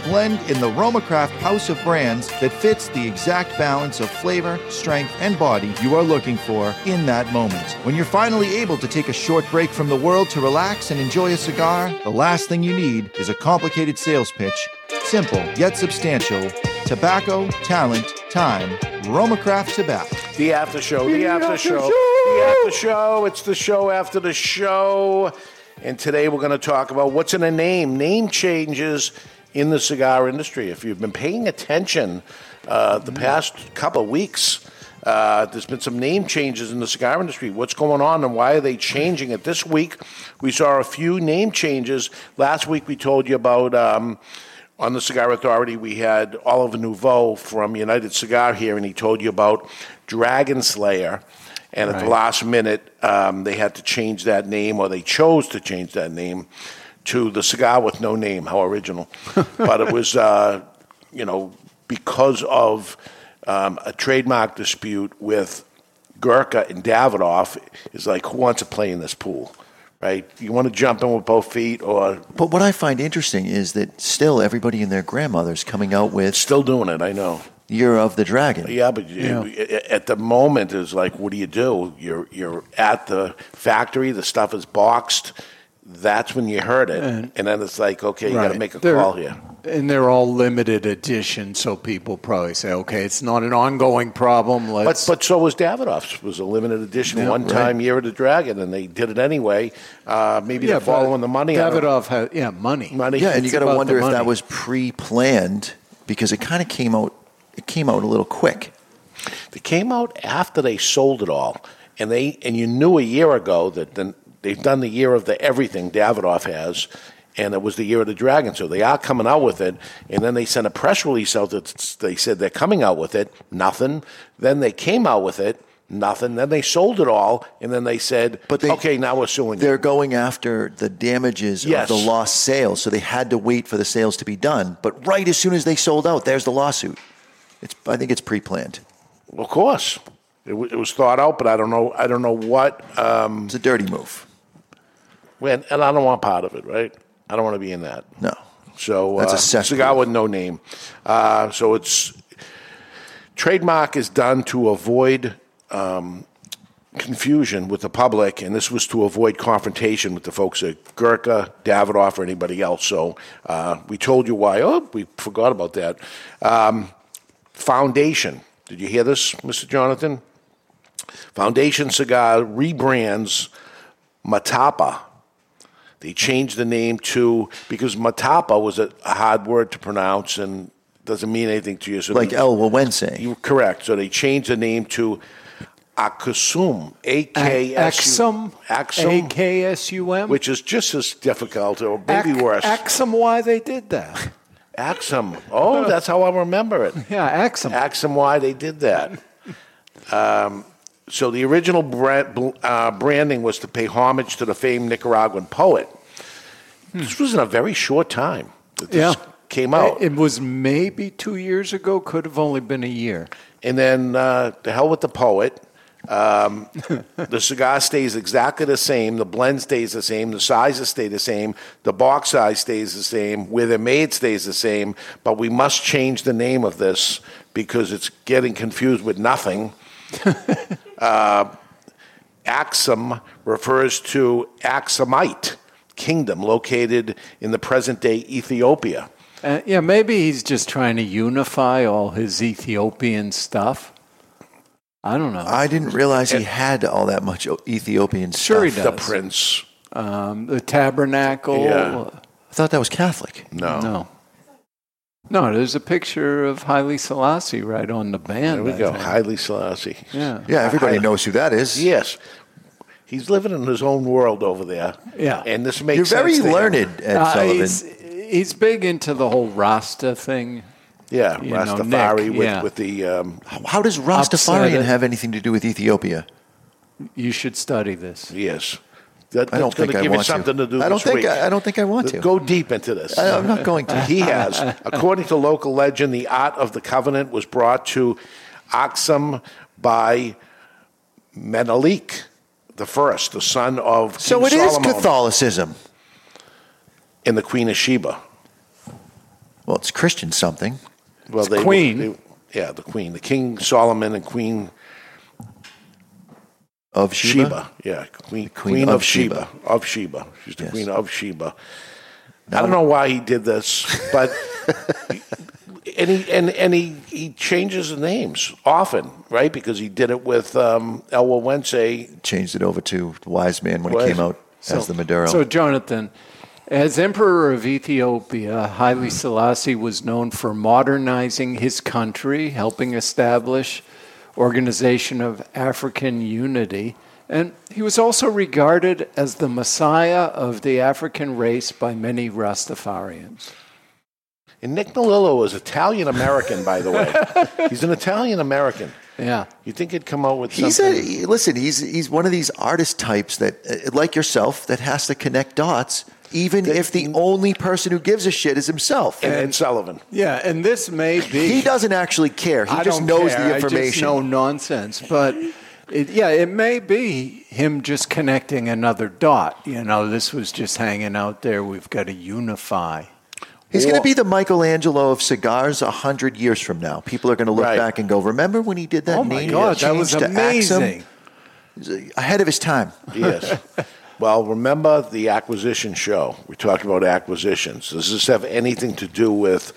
blend in the Romacraft House of Brands that fits the exact balance of flavor, strength, and body you are looking for in that moment. When you're finally able to take a short break from the world to relax and enjoy a cigar, the last thing you need is a complicated sales pitch. Simple yet substantial. Tobacco, talent, time. Romacraft Tobacco. The after show. The, after, show. The after show. It's the show after the show. And today we're going to talk about what's in a name, name changes in the cigar industry. If you've been paying attention uh, the past couple of weeks, uh, there's been some name changes in the cigar industry. What's going on and why are they changing it? This week, we saw a few name changes. Last week, we told you about. Um, on the Cigar Authority, we had Oliver Nouveau from United Cigar here, and he told you about Dragon Slayer. And at the last minute, um, they had to change that name, or they chose to change that name to the cigar with no name. How original! but it was, uh, you know, because of um, a trademark dispute with Gurkha and Davidoff. Is like, who wants to play in this pool, right? You want to jump in with both feet, or But what I find interesting is that still everybody and their grandmother's coming out with still doing it? I know. Year of the Dragon. Yeah, but it- at the moment is like, what do you do? You're you're at the factory. The stuff is boxed. That's when you heard it, and then it's like, okay, you got to Right. make a They're- call here. And they're all limited edition, so people probably say, okay, it's not an ongoing problem. But Let's, but so was Davidoff's was a limited edition one time year of the dragon, and they did it anyway. Uh, maybe they're but following the money. I don't- Davidoff has, yeah, money. money. Yeah, and you It's got to about the wonder if that money. was pre-planned because it kind of came out. It came out a little quick. They came out after they sold it all, and they and you knew a year ago that then they've done the year of the everything Davidoff has, and it was the year of the dragon. So they are coming out with it, and then they sent a press release out that s- they said they're coming out with it. Nothing. Then they came out with it. Nothing. Then they sold it all, and then they said, But they- okay, now we're suing." you." They're going after the damages Yes. of the lost sales, so they had to wait for the sales to be done. But right as soon as they sold out, there's the lawsuit. It's I think it's pre-planned. Of course, it, w- it was thought out, but I don't know. I don't know what. Um, It's a dirty move. when, and I don't want part of it. Right? I don't want to be in that. No, So That's a uh, cesspool. cigar with no name. Uh, so it's trademark is done to avoid um, confusion with the public, and this was to avoid confrontation with the folks at Gurkha, Davidoff, or anybody else. So uh, we told you why. Oh, we forgot about that. Um, Foundation. Did you hear this, Mr. Jonathan? Foundation Cigar rebrands Matapa. They changed the name to because Matapa was a, a hard word to pronounce and doesn't mean anything to you. So like they- El Wawense. you correct. So they changed the name to Akusum, A K S U- Axum, Axum, A-K-S-U-M. which is just as difficult or maybe Ac- worse. Axum, why they did that. Axum. Oh, that's how I remember it. Yeah, Axum. Axum, why they did that. um, so the original brand, bl- uh, branding was to pay homage to the famed Nicaraguan poet. This was in a very short time that this Hmm. Yeah. came out. It was maybe two years ago, could have only been a year. And then uh, the hell with the poet. Um, the cigar stays exactly the same. The blend stays the same. The sizes stay the same. The box size stays the same. Where they're made stays the same. But we must change the name of this because it's getting confused with nothing. Uh, Axum refers to Axumite kingdom located in the present day Ethiopia. Uh, yeah, maybe he's just trying to unify all his Ethiopian stuff. I don't know. I didn't realize he had all that much Ethiopian Sure he stuff. The Does. prince. um, the tabernacle. Yeah. I thought that was Catholic. No. No. No, there's a picture of Haile Selassie right on the There band. we I go. think. Haile Selassie. Yeah. Yeah, everybody knows who that is. Yes. He's living in his own world over there. Yeah. And this makes You're very sense to him. learned, Ed Uh, Sullivan. he's, he's big into the whole Rasta thing. Yeah. You know, Rastafari Nick, with, yeah. with the. Um, How does Upset Rastafarian it. have anything to do with Ethiopia? You should study this. yes. That, I don't that's going think to I give you want to. something to, do I don't this think week. I, I don't think I want to. Go deep into this. I, am Uh, not going Uh, to. he has. According to local legend, the art of the covenant was brought to Aksum by Menelik the first, the son of So it King is Solomon Catholicism. and the Queen of Sheba. Well, it's Christian something. Well, It's Queen. they- yeah, the Queen, the King Solomon and Queen Of Sheba. Sheba. Yeah, Queen, Queen queen, of of, Sheba. Sheba. Of Sheba. She's the Yes. Queen of Sheba. I don't know why he did this, but and he and, and he, he changes the names often, right? Because he did it with um, Elwa Wensey. Changed it over to Wise Man when Wise- it came out as the Maduro. So, Jonathan, as emperor of Ethiopia, Haile Selassie was known for modernizing his country, helping establish organization of African unity, and he was also regarded as the messiah of the African race by many Rastafarians. And Nick Melillo is Italian American, by the way. He's an Italian American. Yeah. You think he'd come out with He's a something? he- listen. He's he's one of these artist types that, uh, like yourself, that has to connect dots, even if the only person who gives a shit is himself. and, and Sullivan. Yeah, and this may be he doesn't actually care. He I just don't knows care. the I just information. know nonsense, but it, yeah, it may be him just connecting another dot. You know, this was just hanging out there. We've got to unify. He's going to be the Michelangelo of cigars a hundred years from now. People are going to look Right. back and go, "Remember when he did that?" oh my name God, that was change to Axum?" amazing. Ahead of his time. Yes. Well, remember the acquisition show. We talked about acquisitions. Does this have anything to do with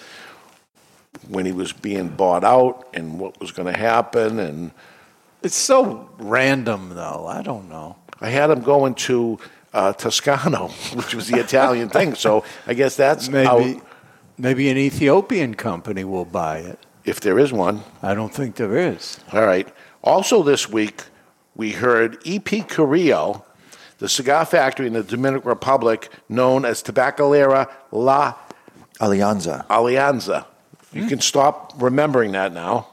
when he was being bought out and what was going to happen? And It's so random, though. I don't know. I had him going to uh, Toscano, which was the Italian thing. So I guess that's Maybe, how, maybe an Ethiopian company will buy it. if there is one. I don't think there is. All right. Also, this week, we heard E.P. Carrillo, the cigar factory in the Dominican Republic known as Tabacalera La Alianza. Alianza. You can stop remembering that now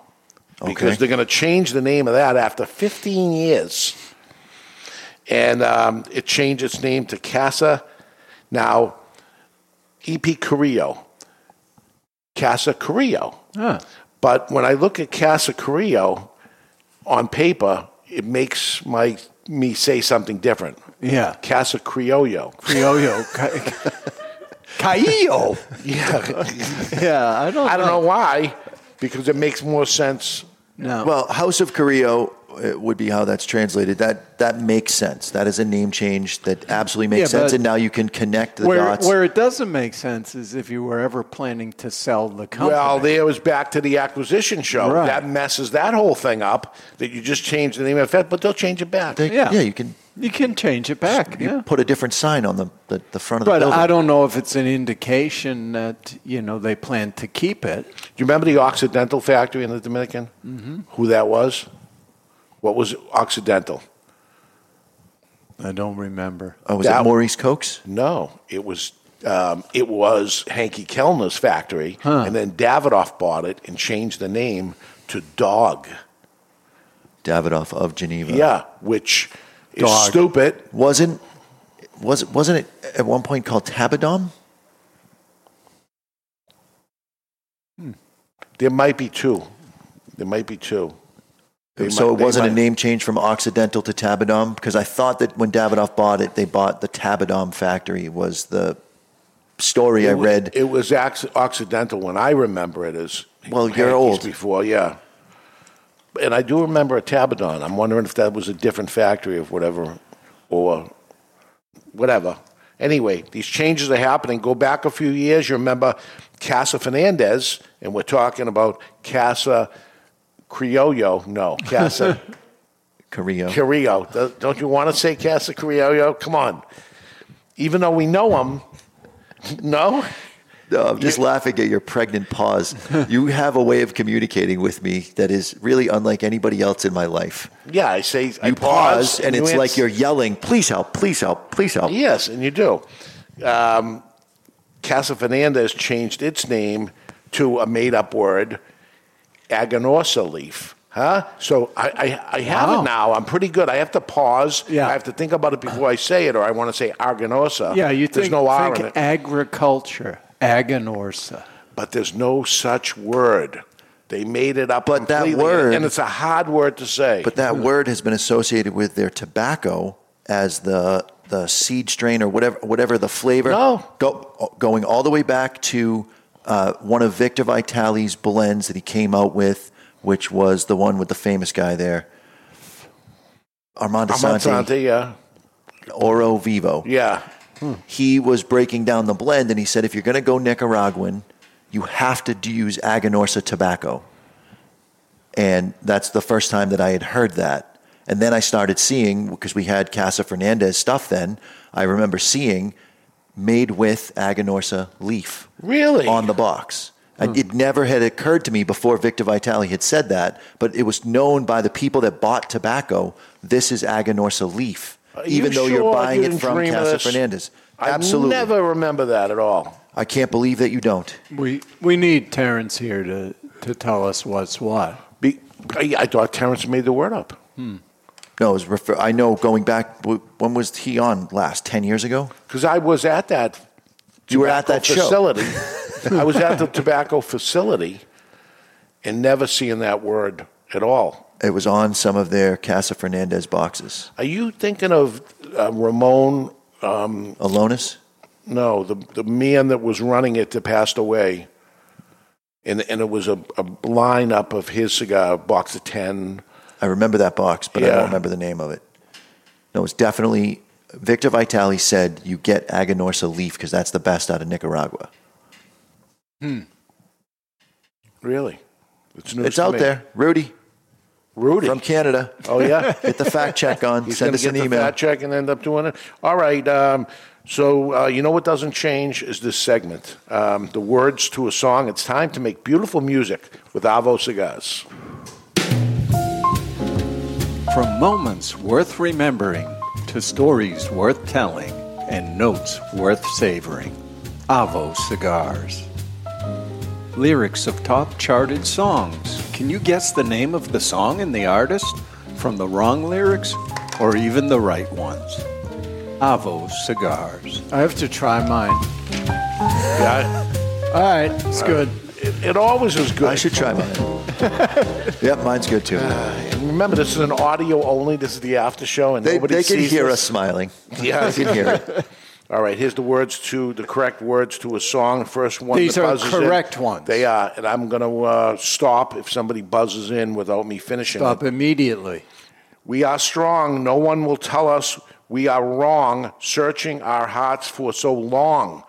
because Okay. they're going to change the name of that after 15 years. And um, it changed its name to Casa, now EP Carrillo. Casa Carrillo. Huh. But when I look at Casa Carrillo on paper, it makes my me say something different. Yeah. Casa Criollo. Criollo. Ca- Caillo. Yeah. Yeah, I don't I don't know why, because it makes more sense No. Well, House of Carrillo uh, would be how that's translated. That that makes sense. That is a name change that absolutely makes Yeah, sense. but And now you can connect the where, dots. where it doesn't make sense is if you were ever planning to sell the company. Well, there was back to the acquisition show. Right. That messes that whole thing up. That you just change the name of it, but they'll change it back. They- yeah. yeah, you can you can change it back. yeah. put a different sign on the, the, the front of the But building. I don't know if it's an indication that you know they plan to keep it. Do you remember the Occidental factory in the Dominican? Mm-hmm. Who that was? What was Occidental? I don't remember. oh, was that- it Maurice Cokes? No, it was um, it was Hanky Kellner's factory, and then Davidoff bought it and changed the name to Dog. Davidoff of Geneva. Yeah, which is Dog. stupid. Wasn't was wasn't it at one point called Tabadom? There might be two. There might be two. They so might- it they wasn't a might- name change from Occidental to Tabadom because I thought that when Davidoff bought it, they bought the Tabadom factory was the story I It wa- read. It was acc- Occidental when I remember it as. Well, you're Yankees old. Before, yeah. And I do remember a Tabadon. I'm wondering if that was a different factory of whatever, or whatever. Anyway, these changes are happening. Go back a few years. You remember Casa Fernandez, and we're talking about Casa Criollo. No, Casa Carrillo. Carrillo. Th- Don't you want to say Casa Carrillo? Come on. Even though we know him, no? No, I'm Uh, just laughing at your pregnant pause. You have a way of communicating with me that is really unlike anybody else in my life. Yeah, I say I You pause, and you it's ans- like you're yelling, "Please help! Please help! Please help!" Yes, and you do. Um, Casa Fernandez changed its name to a made up word, Agonorsa leaf. Huh? So I, I, I have Wow. it now. I'm pretty good. I have to pause. Yeah. I have to think about it before I say it, or I want to say Argonosa. Yeah, you there's think, no R in think it. agriculture, agonorsa. but there's no such word. They made it up But that completely, word- and it's a hard word to say. But that word has been associated with their tobacco as the the seed strain or whatever whatever the flavor. No. Go, going all the way back to uh, one of Victor Vitali's blends that he came out with, which was the one with the famous guy there, Armando Santi, Amante, yeah, Oro Vivo. yeah. He was breaking down the blend, and he said, if you're going to go Nicaraguan, you have to d- use Aganorsa tobacco. And that's the first time that I had heard that. And then I started seeing, because we had Casa Fernandez stuff then, I remember seeing made with Aganorsa leaf. Really? Hmm. On the box. And It never had occurred to me before Victor Vitali had said that, but it was known by the people that bought tobacco this is Aganorsa leaf, Are you even though you're sure buying you it didn't from dream of Casa this? Fernandez. I Absolutely. never remember that at all. I can't believe that you don't. We, we need Terrence here to, to tell us what's what. Be, I, I thought Terrence made the word up. No, it was refer- I know going back, w- when was he on last? 10 years ago? because I was at that. You were at tobacco that show. facility. I was at the tobacco facility, and never seeing that word at all. It was on some of their Casa Fernandez boxes. Are you thinking of uh, Ramon? Um, Alonis? no, the the man that was running it that passed away, and and it was a, a lineup of his cigar box of ten. I remember that box, but I Yeah. don't remember the name of it. No, it was definitely Victor Vitali said you get Aganorsa leaf because that's the best out of Nicaragua. Really, it's news it's to out me. there. Rudy Rudy. from Canada. oh yeah. Get the fact check on. He's Send gonna us get an the email. Fat check and end up doing it. All right. Um, so uh, you know what doesn't change is this segment, um, the words to a song. It's time to make beautiful music with Avo Cigars. From moments worth remembering to stories worth telling and notes worth savoring, Avo Cigars. Lyrics of top charted songs. Can you guess the name of the song and the artist from the wrong lyrics or even the right ones? Avo Cigars. I have to try mine. Yeah, All right, it's good. it, it always is good. I should try mine. yep, mine's good too. And remember, this is an audio only. This is the after show, and they nobody they can sees hear us this. smiling. Yeah. they can hear it. All right. Here's the words to the correct words to a song. First one. These that are buzzes in. correct ones. They are, and I'm gonna uh, stop if somebody buzzes in without me finishing. it. Stop immediately. We are strong. No one will tell us we are wrong, searching our hearts for so long.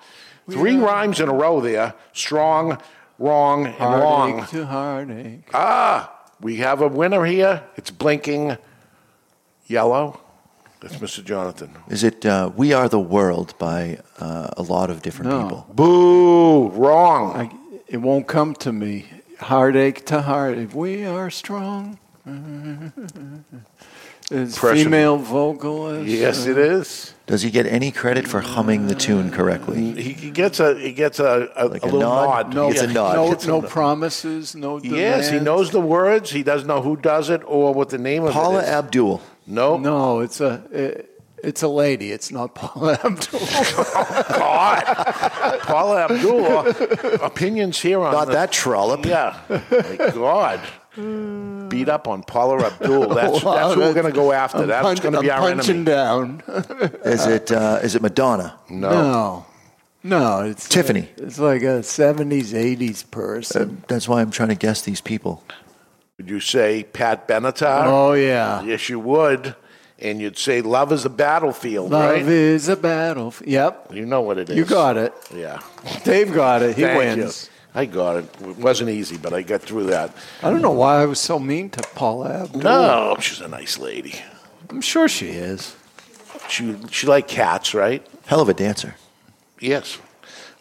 Three rhymes in a row there strong, wrong, and long. Heartache to heartache. Ah, we have a winner here. It's blinking yellow. That's Mr. Jonathan. Is it uh, We Are the World by uh, a lot of different No. people? Boo, wrong. I, it won't come to me. Heartache to heartache. We are strong. It's Impression. female vocalist. yes, it is. Does he get any credit for humming the tune correctly? He, he gets a he gets a, a, Like a a little nod? nod. No, It's a Yeah. nod. no, It's a no nod. promises. No. Demands. Yes, he knows the words. He doesn't know who does it or what the name of Paula it is. Abdul. no, No, it's a it, it's a lady. It's not Paula Abdul. God. Paula Abdul, opinions here on Not the- that trollop. Yeah. My God. Beat up on Paula Abdul. That's, that's who we're going to go after. I'm that's punch- going to be I'm our punching enemy. down. Is it uh, is it Madonna? No. Oh. No, no, it's uh, Tiffany. it's like a '70s, '80s person. Uh, That's why I'm trying to guess these people. Would you say Pat Benatar? oh yeah, Yes, you would. And you'd say love is a battlefield, love right? is a battle. Yep, You know what it is. you got it. Yeah. Dave got it. He Thank you. wins. I got it. It wasn't easy, but I got through that. I don't know why I was so mean to Paula Abdul. No, she's a nice lady. I'm sure she is. She she liked cats, right? Hell of a dancer. Yes.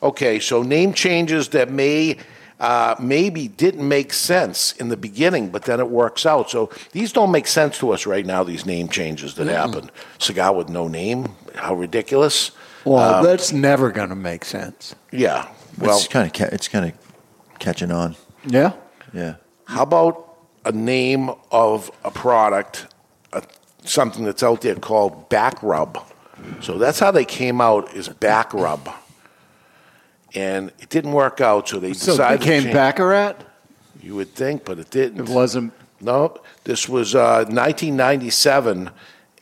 Okay, so name changes that may uh, maybe didn't make sense in the beginning, but then it works out. So these don't make sense to us right now. These name changes that happen. Cigar with no name. How ridiculous. Well, that's never going to make sense. Yeah. Well, it's kind of ca- it's kind of catching on. Yeah. Yeah. How about a name of a product, uh something that's out there called back rub? So that's how they came out is back rub, and it didn't work out. So they So it decided to became change- Baccarat? You would think, but it didn't. It wasn't. No, this was uh, 1997,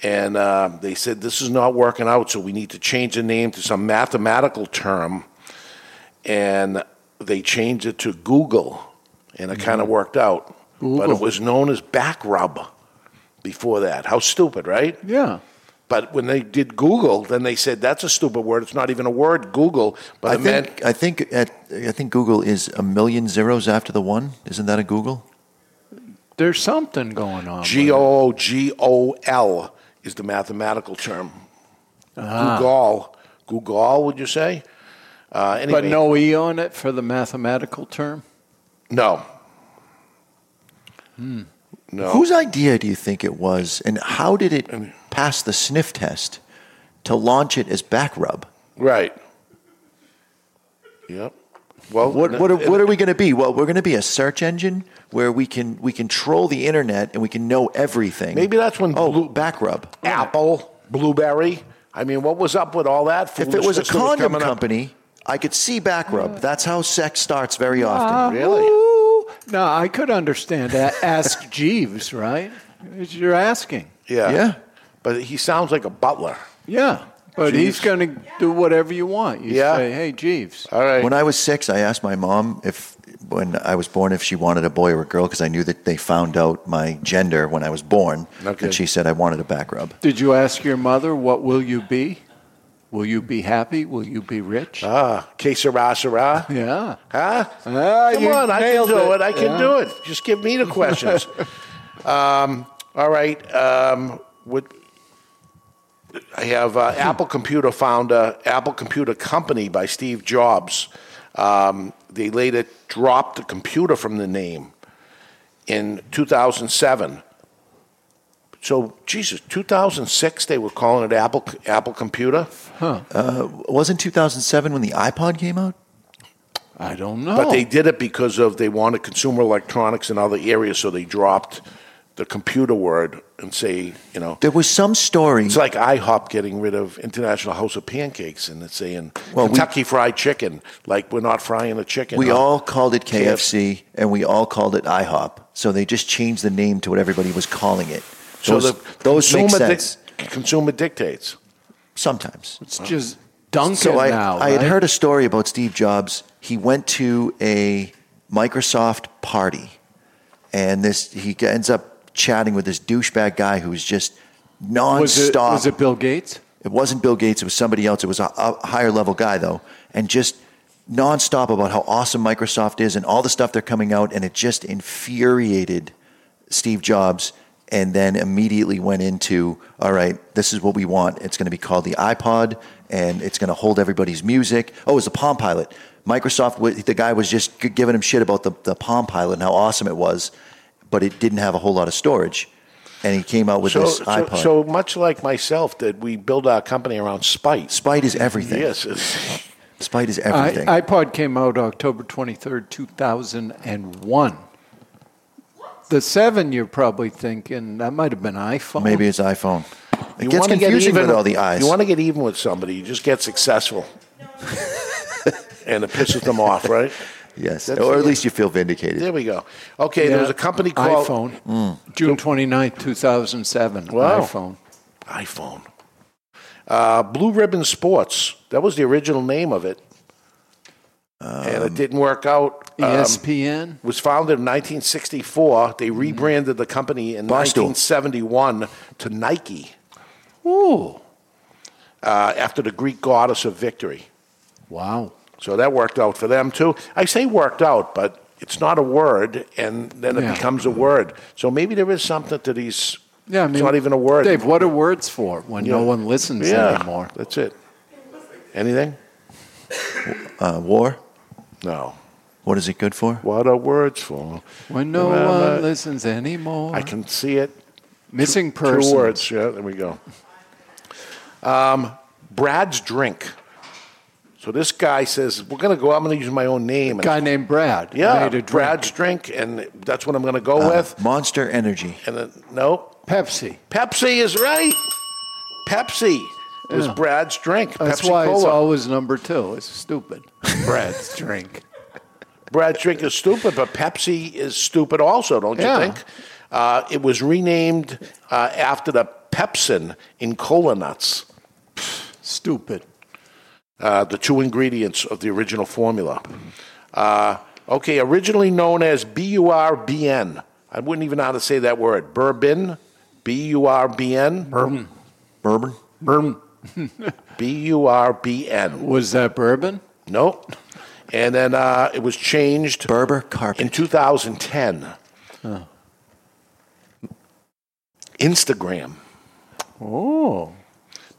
and uh, they said this is not working out, so we need to change the name to some mathematical term, and they changed it to Google, and it kind of worked out. But it Google. was known as back rub before that. How stupid, right? Yeah. But when they did Google, then they said that's a stupid word. It's not even a word, Google. But I it meant think I think at, I think Google is a million zeros after the one. Isn't that a Google? There's something going on. with G it. O O G O L is the mathematical term. Ah. Google. Google, would you say? Uh, anyway, But no E on it for the mathematical term? No. No. Whose idea do you think it was, and how did it pass the sniff test to launch it as back rub? right. Yep. Well, What what are, what are we going to be? Well, we're going to be a search engine where we can we control the internet and we can know everything. Maybe that's when oh blue- back rub. Apple, Blueberry. I mean, what was up with all that? If it was a foolishness that was condom coming up? company, I could see back rub. That's how sex starts very often. Oh. Really? Ooh. No, I could understand that. Ask Jeeves, right? You're asking. Yeah. Yeah. But he sounds like a butler. Yeah. But he's going to do whatever you want. You Yeah. say, hey, Jeeves. All right. When I was six, I asked my mom if, when I was born, if she wanted a boy or a girl because I knew that they found out my gender when I was born. Okay. And she said I wanted a back rub. Did you ask your mother, what will you be? Will you be happy? Will you be rich? ah, que sera, sera. yeah. Huh? Ah, Come you on, I can nailed do it. it. I can Yeah. do it. Just give me the questions. um, all right. Um, what, I have uh, Apple Computer founder, Apple Computer Company by Steve Jobs. Um, they later dropped the computer from the name in 2007. So, Jesus, 2006 they were calling it Apple Apple Computer. Uh, Wasn't 2007 when the iPod came out? I don't know. But they Oh. did it because of they wanted consumer electronics in other areas, so they dropped the computer word and say, you know, There was some story. it's like IHOP getting rid of International House of Pancakes and it's saying Well, we- Kentucky Fried Chicken, like we're not frying the chicken. We huh? all called it KFC. KFC and we all called it IHOP. So they just changed the name to what everybody was calling it. Those, those make consumer sense dic- consumer dictates. sometimes. it's just Duncan So I, now. I had right? heard a story about Steve Jobs. He went to a Microsoft party, and this he ends up chatting with this douchebag guy who was just nonstop. was it, was it Bill Gates? It wasn't Bill Gates. It was somebody else. It was a, a higher level guy though, and just nonstop about how awesome Microsoft is and all the stuff they're coming out, and it just infuriated Steve Jobs. And then immediately went into, all right, this is what we want. It's going to be called the iPod, and it's going to hold everybody's music. Oh, it was the Palm Pilot. Microsoft, wa- the guy was just g- giving him shit about the, the Palm Pilot and how awesome it was, but it didn't have a whole lot of storage. And he came out with So, this so, iPod. so much like myself, that we build our company around spite. Spite is everything. Yes, it's- Spite is I, everything. iPod came out October 23rd, 2001. The seven, you're probably thinking, that might have been iPhone. Maybe it's iPhone. It you gets wanna confusing get even, with all the eyes. You want to get even with somebody, you just get successful. and it pisses them off, right? yes, That's- or at least you feel vindicated. There we go. Okay, Yeah. there's a company called Hmm. iPhone. June 29th, 2007. Wow. iPhone. iPhone. Uh, Blue Ribbon Sports. That was the original name of it. Um, and it didn't work out. E Um, ESPN. was founded in 1964. They rebranded the company in Mm-hmm. Barstool. 1971 to Nike Ooh. uh, after the Greek goddess of victory. Wow. So that worked out for them too. I say worked out, but it's not a word, and then it Yeah. becomes a word. So maybe there is something to these. Yeah, I mean, it's not even a word. Dave, what are words for when no Yeah. one listens yeah, anymore? That's it. Anything? uh, war. No. What is it good for? What are words for? When no Well, one uh, listens anymore. I can see it. Missing Two person. words. Yeah, there we go. Um, Brad's drink. So this guy says, "We're going to go. I'm going to use my own name." And- Guy named Brad. yeah, Made a drink. Uh-huh. Brad's drink, and that's what I'm going to go with. Uh, Monster Energy. And then, no, Pepsi. Pepsi is right. Pepsi is Yeah. Brad's drink. That's Pepsi why Cola. it's always number two. It's stupid. Brad's drink. Brad's drink is stupid, but Pepsi is stupid also, don't Yeah. you think? Uh, it was renamed uh, after the pepsin in cola nuts. Stupid. uh, the two ingredients of the original formula. Uh, okay, originally known as BURBN. I wouldn't even know how to say that word. Bourbon, B-U-R-B-N, Bourbon. Bourbon. Bourbon. B-U-R-B-N. Was that bourbon? Nope. And then uh, it was changed Berber in carpet. 2010. Instagram. Oh.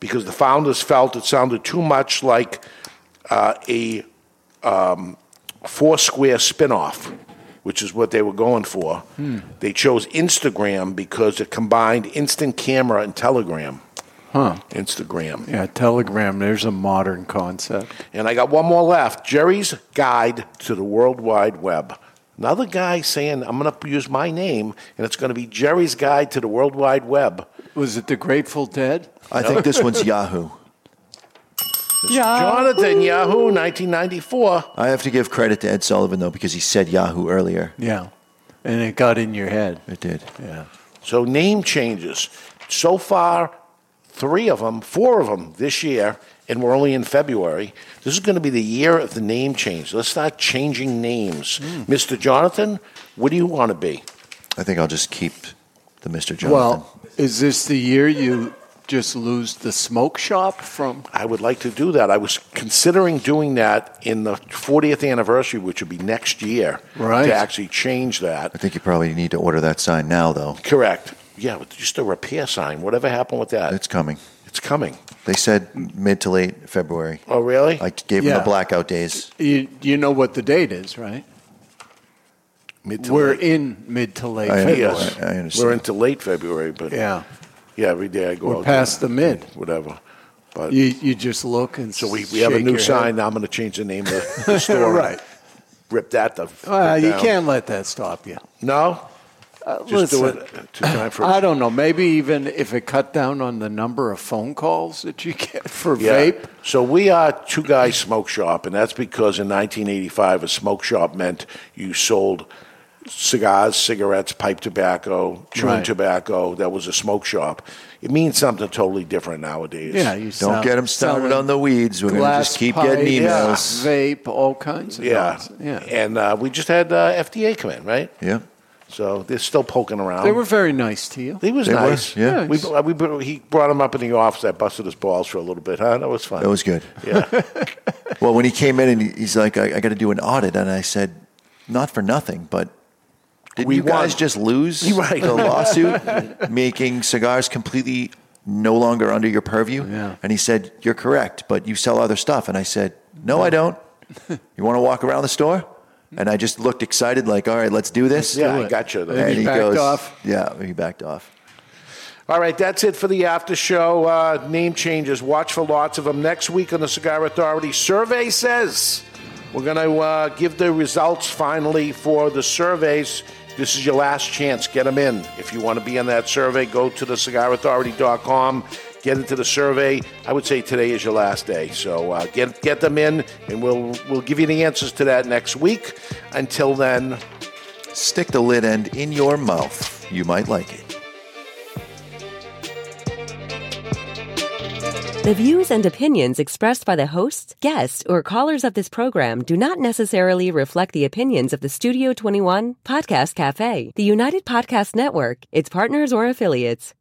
because the founders felt it sounded too much like uh, a um, Foursquare spinoff, which is what they were going for. They chose Instagram because it combined instant camera and Telegram. Huh. Instagram. Yeah, Telegram. There's a modern concept. And I got one more left. Jerry's Guide to the World Wide Web. Another guy saying, I'm going to use my name, and it's going to be Jerry's Guide to the World Wide Web. Was it the Grateful Dead? I think this one's Yahoo. Oh. Jonathan Yahoo, 1994. I have to give credit to Ed Sullivan though because he said Yahoo earlier. Yeah. And it got in your head. It did. Yeah. So name changes. So far, three of them, four of them this year, and we're only in February. This is going to be the year of the name change. Let's start changing names. Mr. Jonathan, what do you want to be? I think I'll just keep the Mr. Jonathan. Well, is this the year you just lose the smoke shop from? I would like to do that. I was considering doing that in the 40th anniversary, which would be next year, Right. to actually change that. I think you probably need to order that sign now though. Correct. Yeah, but just a repair sign. Whatever happened with that? It's coming. It's coming. They said mid to late February. Oh, really? I gave them Yeah. the blackout days. You, you know what the date is, right? Mid to We're late. in mid to late I- February. Yes. I understand. We're into late February, but Yeah. Yeah, every day I go We're out past there, the mid. whatever. But You, you just look and so we, we have a new sign. Now I'm going to change the name of the, the store. right. Rip that the. f- Well, you down. can't let that stop you. No. Just do listen, it to time for. I don't know. Maybe even if it cut down on the number of phone calls that you get for Yeah. vape. So we are two guys smoke shop, and that's because in 1985 a smoke shop meant you sold cigars, cigarettes, pipe tobacco, chewing Right. tobacco. That was a smoke shop. It means something totally different nowadays. Yeah, you Don't sell- get them started selling on the weeds. We're going to glass just keep pipes, getting yeah. emails. vape, all kinds of Yeah. things. yeah. And uh, we just had uh, FDA come in, right? Yeah. So they're still poking around. They were very nice to you. He was They were, nice. yeah. We, we, we, he brought him up in the office. I busted his balls for a little bit. Huh? That was fun. That was good. Yeah. Well, when he came in and he- he's like, I, I got to do an audit. And I said, not for nothing, but did We you guys won. just lose right. the lawsuit making cigars completely no longer under your purview? Yeah. And he said, You're correct, but you sell other stuff. And I said, No, I don't. You want to walk around the store? And I just looked excited, like, All right, let's do this. Yeah, Do I it. got you. And he And he backed goes, off. Yeah, he backed off. All right, that's it for the after show. Uh, name changes. Watch for lots of them next week on the Cigar Authority. Survey says we're going to uh, give the results finally for the surveys. This is your last chance. Get them in. If you want to be on that survey, go to thecigarauthority.com. Get into the survey. I would say today is your last day, so uh, get get them in, and we'll we'll give you the answers to that next week. Until then, Stick the lid end in your mouth. You might like it. The views and opinions expressed by the hosts, guests, or callers of this program do not necessarily reflect the opinions of the Studio 21 Podcast Cafe, the United Podcast Network, its partners, or affiliates.